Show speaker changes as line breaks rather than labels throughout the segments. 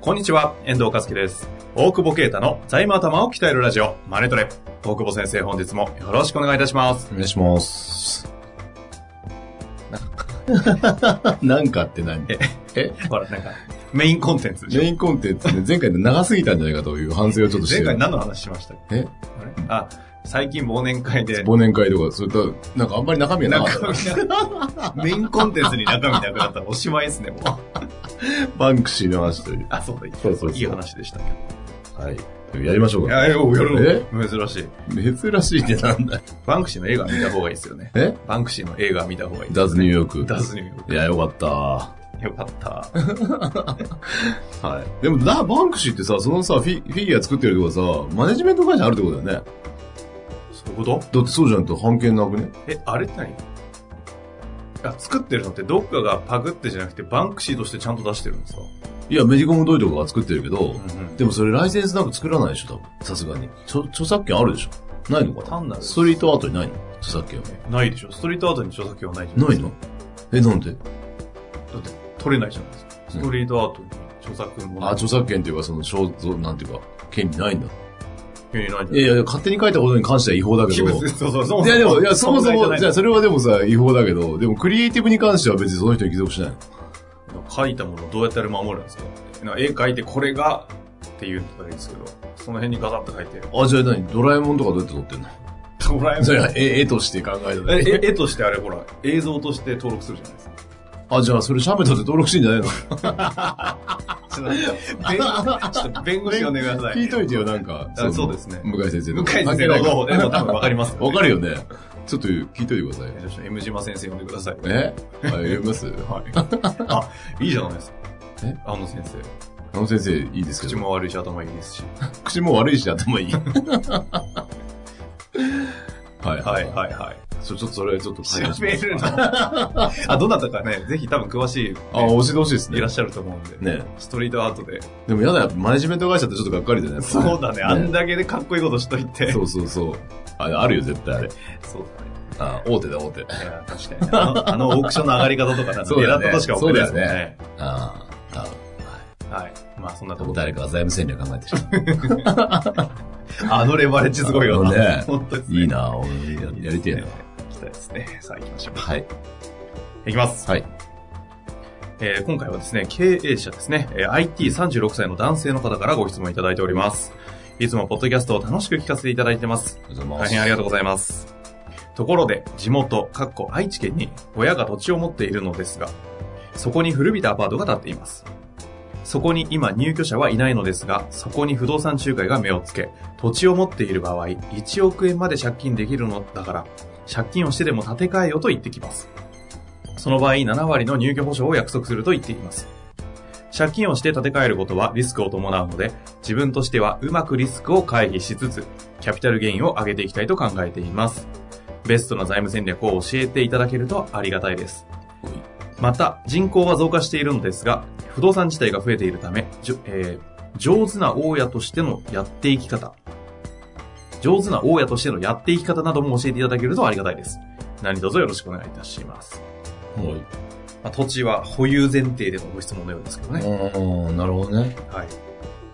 こんにちは、遠藤和樹です。大久保啓太の財務頭を鍛えるラジオ、マネトレ。大久保先生、本日もよろしくお願いいたします。
お願いします。なんか って何
え
え
ほら、なんか、メインコンテンツでしょ
メインコンテンツね、前回で長すぎたんじゃないかという反省をちょっとして
前
る。
回何の話しましたっけ
え
あれあ、最近忘年会で、
忘年会とか、それと、なんかあんまり中身がなかっ
中身なメインコンテンツに中身なくなったらおしまいですね、もう。
た。バンクシーの話という。
あ、そうだ、
そうそうそう
いい話でしたけど。
はい。やりましょう
い
か。
や、よ、やるの珍しい。
珍しいってなんだよ。
バンクシーの映画見た方がいいですよね。
え
バンクシーの映画見た方がいい。
ダズニューヨーク。
ダズニューヨーク
いや、よかった。
よかった。
はい。でもだ、バンクシーってさ、そのさ、フィフィギュア作ってるってことはさ、マネジメント会社あるってことだよね。
そういうこと
だってそうじゃないと判件なくね。
え、あれって何あ作ってるのってどっかがパクってじゃなくてバンクシーとしてちゃんと出してるんですか、
いや、メディコムトイとかが作ってるけど、
で
でもそれライセンスなんか作らないでしょ、多分。さすがに。著著作権あるでしょないのかな
単なる
ストリートアートにないの著作権は。
もないでしょストリートアートに著作権はないじゃないで
ない
すか
のえ、なんで
取れないじゃないですかストリートアートに著作権も
あ、
ない
著作権っていうか、その肖像、なんていうか、権利ないんだ。
権利ない
い
じゃ
やいや、勝手に書いたことに関しては違法だけど。
ないですかそうそうそう
いやでも、いや、そもそ
存在じゃな
も、
い
じゃあそれはでもさ、違法だけど、でもクリエイティブに関しては別にその人に帰属しないの。
書いたものをどうやってあれ守るんですかなんか絵描いてこれがって言うとかいいですけどその辺にガサッと書いて
あ、じゃあ何ドラえもんとかどうやって撮ってんの
ドラえ
そ
も
れ
ん
は絵絵として考えただけ
え絵絵としてあれほら映像として登録するじゃないですか
あ、じゃあそれシャメとって登録してんじ ゃないの
ちょっと弁護ちょっと弁護士 呼んでください
聞いといてよ、なんか。
あそうですね
向井先生
向
の
井先生の方でも多分わかりますよね
わかるよね。ちょっと聞いといてくださいよ。
ちょっと M 島先生呼んでください。
えあ、読みま す
はい。あ、いいじゃないですか。
え
あの先生。
あの先生、いいですけど。
口も悪いし、頭いいですし。
口も悪いし、頭いい。はい。
はい、はい、はい。
そうちょっとそれ、ちょっと解明し
調
ま
べ
す。
るの。あ、どなたかね、ぜひ多分詳し
あ、教えてほしいです
い、いら
ね
っ。しゃると思うんで。
ね
ストリートアートで。
でもやだ、やっぱマネジメント会社ってちょっとがっかりじゃないですか。
そうだね。あんだけでかっこいいことしといて。
そうそうそう。ああるよ、絶対あれ。
そうだね。
あ、大手だ、大手。
いや、確かにね。あの、あのオークションの上がり方とかなんて
そうだ
狙
よ
っ
ね
たとしか思えないですもん
そうだ
ね。
ああ、
はい。まあ、そんな
多
と
分
こ
誰かが財務戦略考えてる。
あのレバレッジすごいよな。
あのね
本当ですね
いい。な俺ややりてえな。
行きたいですね。さあ行きましょう。
はい。
いきます。
はい。
えー今回はですね、経営者ですね、えー IT36 歳の男性の方からご質問いただいております。いつもポッドキャストを楽しく聞かせていただいてます。
ありがとうございま
大
す。
変ありがとうございます。ところで、地元、かっこ愛知県に親が土地を持っているのですが、そこに古びたアパートが建っています。そこに今入居者はいないのですが、そこに不動産仲介が目をつけ、土地を持っている場合、1億円まで借金できるのだから、借金をしてでも建て替えよと言ってきます。その場合、7割の入居保証を約束すると言っています。借金をして建て替えることはリスクを伴うので、自分としてはうまくリスクを回避しつつ、キャピタルゲインを上げていきたいと考えています。ベストな財務戦略を教えていただけるとありがたいです。また、人口は増加しているのですが、不動産自体が増えているため、じょえー上手な大家としてのやっていき方、上手な大家としてのやっていき方なども教えていただけるとありがたいです。何卒よろしくお願いいたします。
はい。
まあ、土地は保有前提でのご質問のようですけどね。
うん、なるほどね。
はい。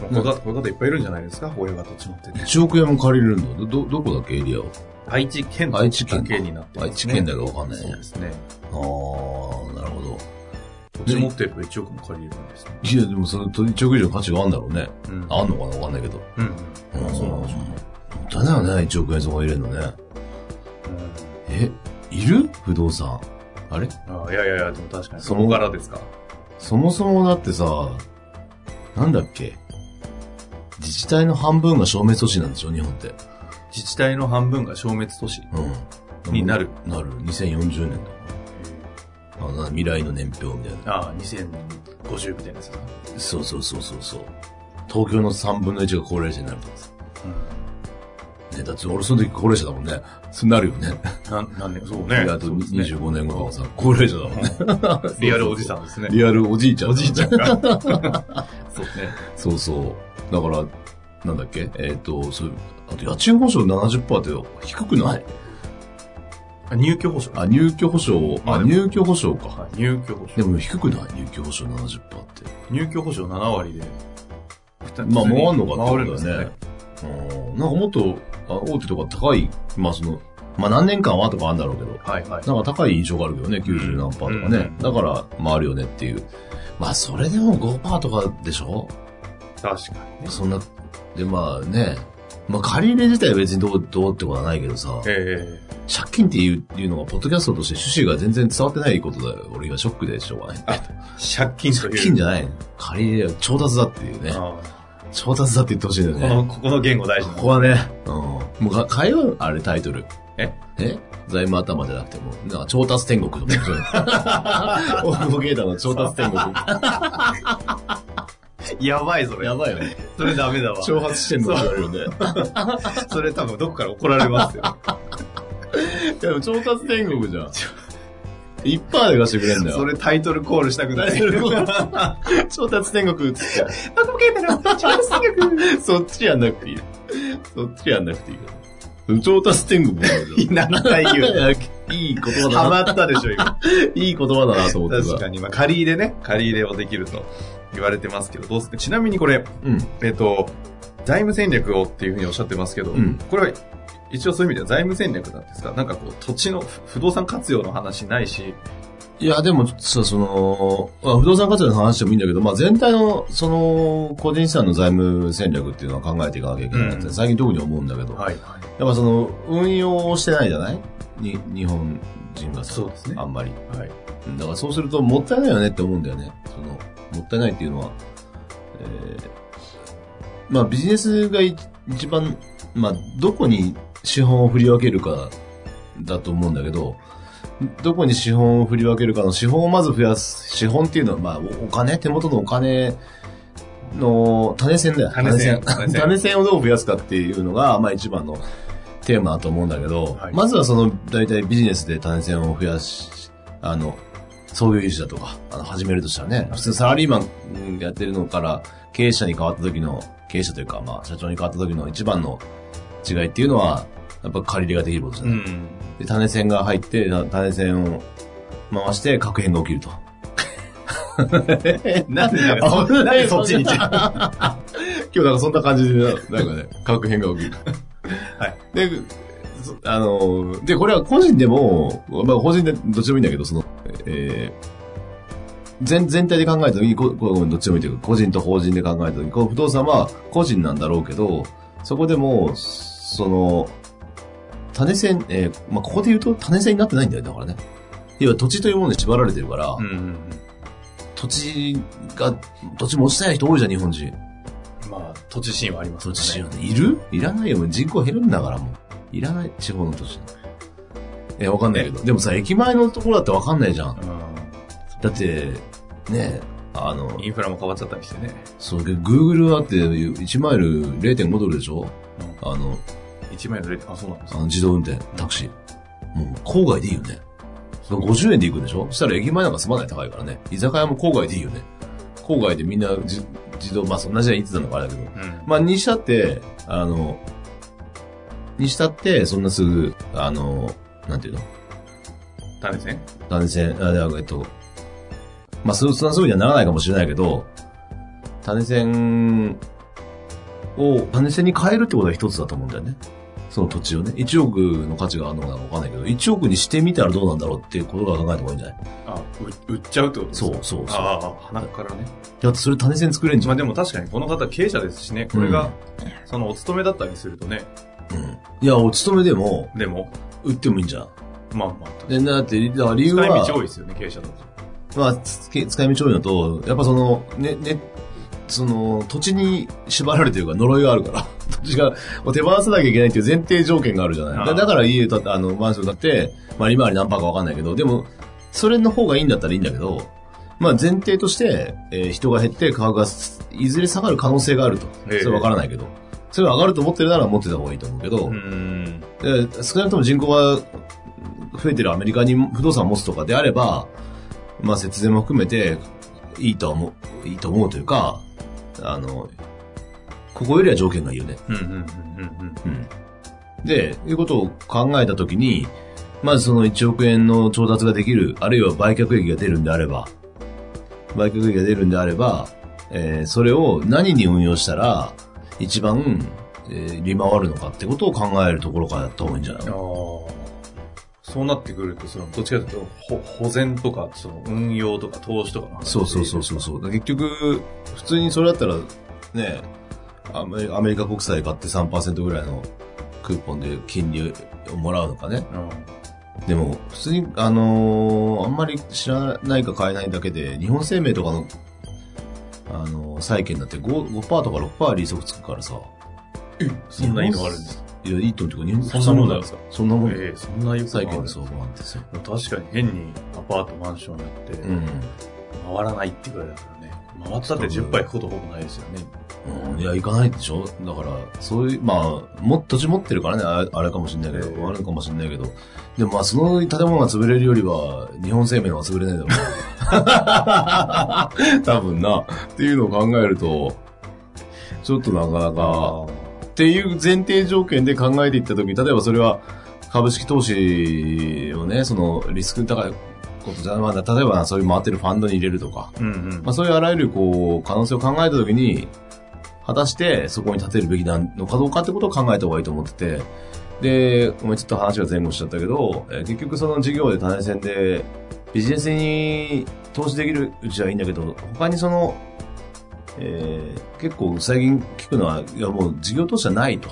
こういう方、こういう方いっぱいいるんじゃないですか保有が土地持ってて。
1億円も借りれるのど、ど、どこだっけエリアを。
愛知県
愛知県
だけになってます、ね。
愛知県だけわかんない
そう
ね
で。すね。
ああー、なるほど。
土地持ってると1億も借りれるんですね。
いや、でもその、1億以上価値があるんだろうね。
うん。
あんのかなわかんないけど。
うんうん。そうなんでしょうね。
もったいないよね、1億円そこ入れるのね。え、いる不動産。あれ
ああいやいやいや、でも確かに。そ
そ
こ
の
からですか。
そもそもだってさ、なんだっけ自治体の半分が消滅都市なんでしょ日本って。
自治体の半分が消滅都市。
うん。
になる。
なる。2040年とか。あな未来の年表みたいな。
ああ、2050みたいなやつだな。
そうそうそうそうそう。東京の3分の1が高齢者になるとかさ。ね、だって俺その時高齢者だもんね。そうなるよね。
なん、なんね、そう
あ
ね。
と
そうですね
25年後とかさ、高齢者だもんね。
リアルおじさんですね。
リアルおじいちゃん。
おじいちゃん。が。そうね。
そうそう。だから、なんだっけえっ、と、そう、あと家賃保証70%って低くない
あ入居保証。
あ、入居保証、
まあ
あ、
でも
入居保証か。
はい入居保
で
証。
も低くない入居保証70%って。
入居保証7割で。
まあ、回るのかって
回
こ
るん
と
です
だ
よ
よね。うんなんかもっと、あ大手とか高い、まあその、まあ何年間はとかあるんだろうけど、
はいはい。
なんか高い印象があるけどね、90何パーとかね。
うん
だから、回るよねっていう。まあ、それでも5パーとかでしょ
確かにね。
そんな、で、まあね、まあ借り入れ自体は別にどう、どうってことはないけどさ、
え
借金っていういうのが、ポッドキャストとして趣旨が全然伝わってないことだよ。俺今ショックでしょうがない。
え借金という。
借金じゃない借り入れは調達だっていうね。
あ
調達だって言ってほしいんだよ
あこ。
ね
の、ここの言語大事
こ
な
こはね、うん。もうか変えようよあれタイトル。
え
え財務頭じゃなくても、なんか調達天国とか そういうの。大久保啓太の調達天国。
やばい、それ。
やばいよね。
それダメだわ。
挑発してんのって言われるんで。
それ多分どっから怒られますよ。
でも調達天国じゃん。一パーで貸してくれんだ
そ
よ。
れタイトルコールしたくない。
調達天国っつって。
あ、こけたら、調達戦略。
そっちやんなくていい。そっちやんなくていいから。調達天国もあるじゃん。
なんか言う。
いい言葉
ハ
だな。
マったでしょ、今。
いい言葉だなと思って
確
さ。
かに、まあ、借り入れね、借り入れをできると言われてますけど、どうするちなみにこれ、
うん。
えっと、財務戦略をっていうふうにおっしゃってますけど、
うん
これは一応そういう意味では財務戦略なんですかなんかこう、土地のふ不動産活用の話ないし、
いや、でもさ、その、まあ不動産活用の話でもいいんだけど、まあ、全体の、その、個人資産の財務戦略っていうのは考えていかなきゃいけないなって、
うん
最近特に思うんだけど、
い。
やっぱその、運用をしてないじゃないに日本人がさ
そうですね
あんまり。
はい。
だからそうすると、もったいないよねって思うんだよね。その、もったいないっていうのは、えーまあ、ビジネスがい一番、まあ、どこに資本を振り分けるかだと思うんだけど、どこに資本を振り分けるかの資本をまず増やす。資本っていうのは、まあ、おお金、手元のお金の種銭だよ。
種銭
種銭種銭をどう増やすかっていうのが、まあ一番のテーマだと思うんだけど、
はい
まずはその、大体ビジネスで種銭を増やし、あの、創業維持だとか、あの、始めるとしたらね、普通サラリーマンうんやってるのから、経営者に変わった時の、経営者というか、まあ、社長に変わった時の一番の違いっていうのは、やっぱ借り入れができることじゃ
う
ない。
ん。
で、種銭が入って、な種銭を回して、確変が起き ると。
なんで、なん
あ
かそ
危
な
なんい
でそっち に行っちゃう。
今日なんかそんな感じで、なん かね、確変が起きる。
はい。
で、そあの、で、これは個人でも、まあ個人でどっちでもいいんだけど、その、えー全全体で考えたときに、ここごめんどっちでもいいというか、個人と法人で考えたときに、この不動産は個人なんだろうけど、そこでも、その、種銭、えーまあ、ここで言うと種銭になってないんだよね、だからね。要は土地というものに縛られてるから、
うん。
土地が、土地持ちたい人多いじゃん、日本人。
まあ、土地シーンはあります
土
から
地使用ね。いるいらないよ。もう人口減るんだからもう。いらない、地方の土地。え、わかんないけど。でもさ、駅前のところだってわかんないじゃん。だって、ねえ、あの
うん。、インフラも変わっちゃったりしてね。
そう、Google はって1マイル0.5ドルでしょ
うん
あの、
1万円のレあ、そうなんです
あの自動運転、タクシー。もう、郊外でいいよね。50円で行くんでしょそしたら駅前なんか住まない高いからね。居酒屋も郊外でいいよね。郊外でみんなじ自動、まあそんな時代いつなのかあれだけど、
うん。
まあ、にしたって、あの、にしたって、そんなすぐ、あの、なんていうの
種ですね。
断線、あ、でえっと、まあ、そそんなすぐにはならないかもしれないけど、種線を、種線に変えるってことは一つだと思うんだよね。その土地をね。1億の価値があるのかわかんないけど、1億にしてみたらどうなんだろうっていうことが考えた方がいいんじゃない
あ、う売っちゃうってことです
そ
か
うそうそう。
ああ、鼻からね。
だってそれ種線作れんじゃ
ま
ん。
あでも確かにこの方経営者ですしね、これが、そのお勤めだったりするとね、
うん。いや、お勤めでも、
でも、
売ってもいいんじゃん。
まあまあ、
で、だって、だから理由
使
は。
い道多いですよね、経営者だと。
まあ、つ使い道多いのと、やっぱその、ね、ね、その、土地に縛られてるから、呪いがあるから。 土地が、もう手放さなきゃいけないっていう前提条件があるじゃない。
あー
だだから家建って、あの、マンション建って、まあ、利回り何パーかわかんないけど、でも、それの方がいいんだったらいいんだけど、まあ前提として、えー人が減って価格がすいずれ下がる可能性があると。そ
ええ
れはわからないけど。それが上がると思ってるなら持ってた方がいいと思うけど、
うん。
で少なくとも人口が増えてるアメリカに不動産を持つとかであれば、まあ節税も含めていいとは思う、いいと思うというか、あの、ここよりは条件がいいよね。
うん。うん。うん。
うん。で、いうことを考えたときに、まずその1億円の調達ができる、あるいは売却益が出るんであれば、売却益が出るんであれば、えーそれを何に運用したら、一番、えー利回るのかってことを考えるところからやった方がいいんじゃない
ああ。そうなってくると、その、どっちかというと、ほ保全とか、その、運用とか、投資とかの話
そうそうそうそうそう。だから結局、普通にそれだったら、ね、アメアメリカ国債買って3%ぐらいのクーポンで金利をもらうのかね。
うん。
でも、普通に、あのーあんまり知らないか買えないだけで、日本生命とかの、あのー債券だって 5%, 5%とか6%利息つくからさ。
そんなにのあるんです
いや、いいと思うけど、日
そん
本
なもんだよ
そんなもんだ
え
よ
え、そんな良
債券の
そ
相場なんですよ。
う。確かに変にアパート、マンションやって、
うん。
回らないってぐらいだからね。回ったって10杯行くことほぼないですよね。
うんいや、行かないでしょだから、そういう、まあ、も、土地持ってるからね、あれあれかもしれないけ
ええ
ど、あるかもしれないけど、でもまあ、その建物が潰れるよりは、日本生命の方が潰れないだろ う。多分な。っていうのを考えると、ちょっとなかなか、っていう前提条件で考えていったときに、例えばそれは、株式投資をね、その、リスク高いことじゃ、まあ、例えばそういう回ってるファンドに入れるとか、
うんうん
まあ、。そういうあらゆるこう可能性を考えたときに、果たしてそこに立てるべきなのかどうかってことを考えた方がいいと思ってて、で、ごめんちょっと話が前後しちゃったけど、えー結局その事業で種銭でビジネスに投資できるうちはいいんだけど、他にその、えー結構最近聞くのは、いやもう事業投資はないと、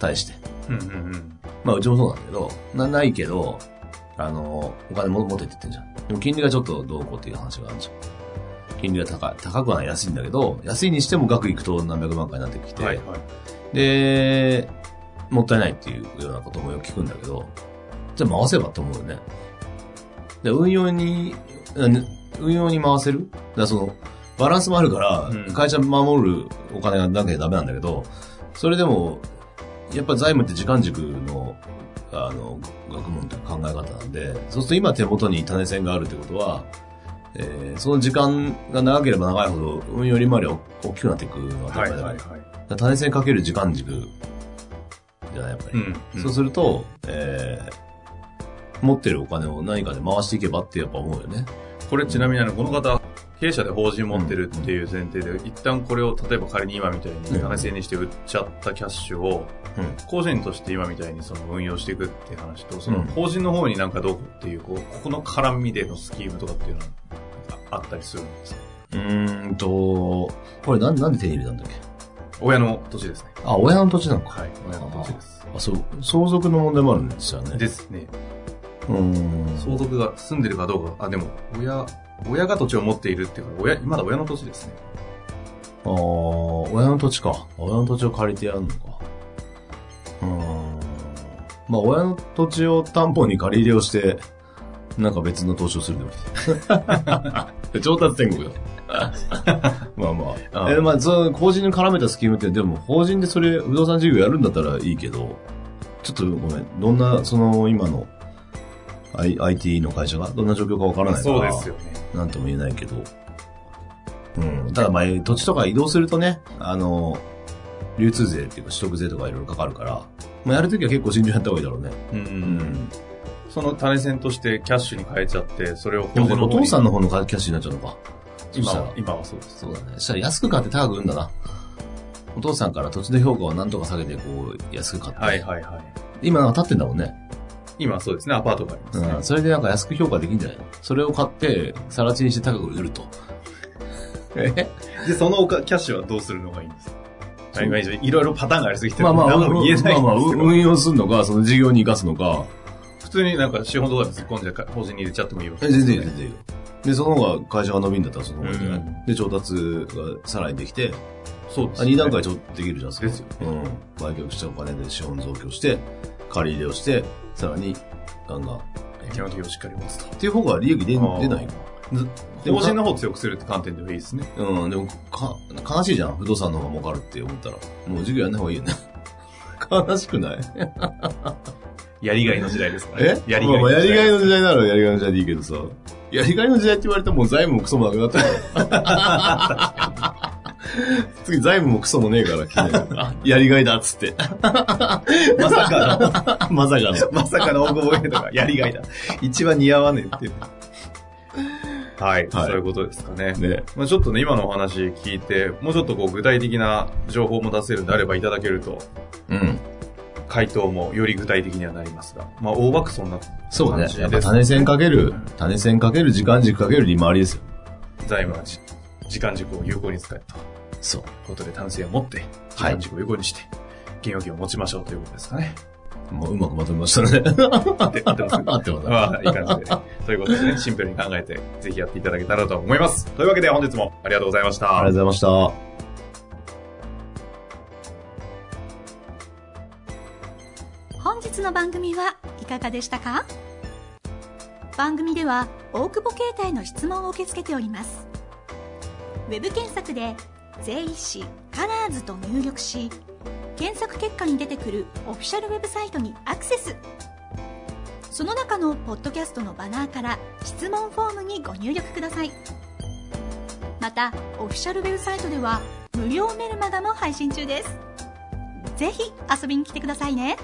対して。
うんうんうん。
まあうちもそうなんだけど、な、ないけど、あの、お金も持てって言ってんじゃん。でも金利がちょっとどうこうっていう話があるじゃん。金利が高い。高くはない安いんだけど、安いにしても額いくと何百万回になってきて、
はいはい。
で、もったいないっていうようなこともよく聞くんだけど、じゃあ回せばと思うよね。で、運用に、あね運用に回せるだからその、バランスもあるから、
うん
会社守るお金がなきゃダメなんだけど、それでも、やっぱ財務って時間軸の、あの、学問というか考え方なんで、そうすると今手元に種銭があるってことは、えーその時間が長ければ長いほど、運用利回りは大きくなっていくのは当た
は
り
い
前だか
はい
ら
はい。
だから単線かける時間軸じゃない、やっぱり。
うん。
そうすると、えー、持ってるお金を何かで回していけばってやっぱ思うよね。
これちなみにあの、この方、経営者で法人持ってるっていう前提で、一旦これを、例えば仮に今みたいに、金銭にして売っちゃったキャッシュを、
うん。
個人として今みたいにその運用していくっていう話と、そうの
ん
法人の方になんかどうこうっていう、こう、ここの絡みでのスキームとかっていうのはあったりするんですか
うーんと、これなんなんで手に入れたんだっけ
親の土地ですね。
あ、親の土地なのか。
はい。親の土地です。
あ、そう、相続の問題もあるんですよね。
ですね。
うーん。
相続が住んでるかどうか、あ、でも、親、親が土地を持っているっていうから、親、まだ親の土地ですね。
ああ、親の土地か。親の土地を借りてやるのか。うーん。まあ、親の土地を担保に借り入れをして、なんか別の投資をする で調達天国よ。まあまあ。
あー
えーまあ、その、法人に絡めたスキームって、でも、法人でそれ、不動産事業やるんだったらいいけど、ちょっとごめん、どんな、その、今の、I、IT の会社が、どんな状況かわからないから。
そうですよね。
なんとも言えないけど。うん。ただまあ、土地とか移動するとね、あの、流通税っていうか取得税とかいろいろかかるから、まあやるときは結構慎重にやった方がいいだろうね。
うんう。
うん
その種銭としてキャッシュに変えちゃって、それを法
でも
人
これ
の方
お父
に
さんの方のキャッシュになっちゃうのか。そ
今
したら
は、今はそうです。
そうだね。そしたら安く買って高く売るんだな。お父さんから土地の評価をなんとか下げて、こう、安く買って。
はいはいはい。
今なんか立ってんだもんね。
今はそうですね、アパートがありますね。
うん。それでなんか安く評価できんじゃないのそれを買って、さら地にして高く 売ると。え
で、そのおかキャッシュはどうするのがいいんですか海外以上いろいろパターンがありすぎて、
まあまあ、
何も言えないんですけど、
まあまあ、運用するのか、その事業に生かすのか、
普通になんか資本とかに突っ込んでか法人に入れちゃってもいいわけ
え
です
全
ね
然いいよ、全然いいよ。で、その方が会社が伸びんだったらその方がいいんじゃない、
うん
で、調達がさらにできて、
そうです
あ
ね。
2段階ちょっとできるじゃん、そこ
ですよね
うん。売却してお金で資本増強して、借り入れをして、さらにガンガン。
基本的にをしっかり持つと。
っていう方が利益出出
あー
ないのでも
法人の方を強くするって観点ではいいですね。
うん、でも、か、悲しいじゃん。不動産の方が儲かるって思ったら。もう授業やんない方がいいよね。 悲しくない
やりがいの時代ですから
え
ね。やりがい
まあまあやりがい
の時代。
の時代ならやりがいの時代でいいけどさ。やりがいの時代って言われても財務もクソもなくなったから。次財務もクソもねえから来 て。やりがいだっつって。
まさか
まさかの。
の、まさかの大久保芸と か、やりがいだ。 一番似合わねえっていう。はい、
はい
そういうことですかね。
ね。
まあ、ちょっとね、今のお話聞いて、もうちょっとこう具体的な情報も出せるんであればいただけると、
うん。
回答もより具体的にはなりますが、まあ、大爆走な
そう
感じ。
ね
です
やっぱ種線かける、種線かける時間軸かける利回りですよ。
財務はじ時間軸を有効に使えと。
そう。
ことで、単性を持って、時
はい
間軸を有効にして、現預金を持ちましょうということですかね。
もううまくまとめました ね。
合って合って ます
あってことだ
まあ、いい感じで、ね。ということでね、シンプルに考えて、ぜひやっていただけたらと思います。というわけで、本日もありがとうございました。
ありがとうございました。
本日の番組はいかがでしたか番組では大久保携帯の質問を受け付けておりますウェブ検索で「税理士カラーズと入力し検索結果に出てくるオフィシャルウェブサイトにアクセスその中のポッドキャストのバナーから質問フォームにご入力くださいまたオフィシャルウェブサイトでは無料メルマガも配信中ですぜひ遊びに来てくださいね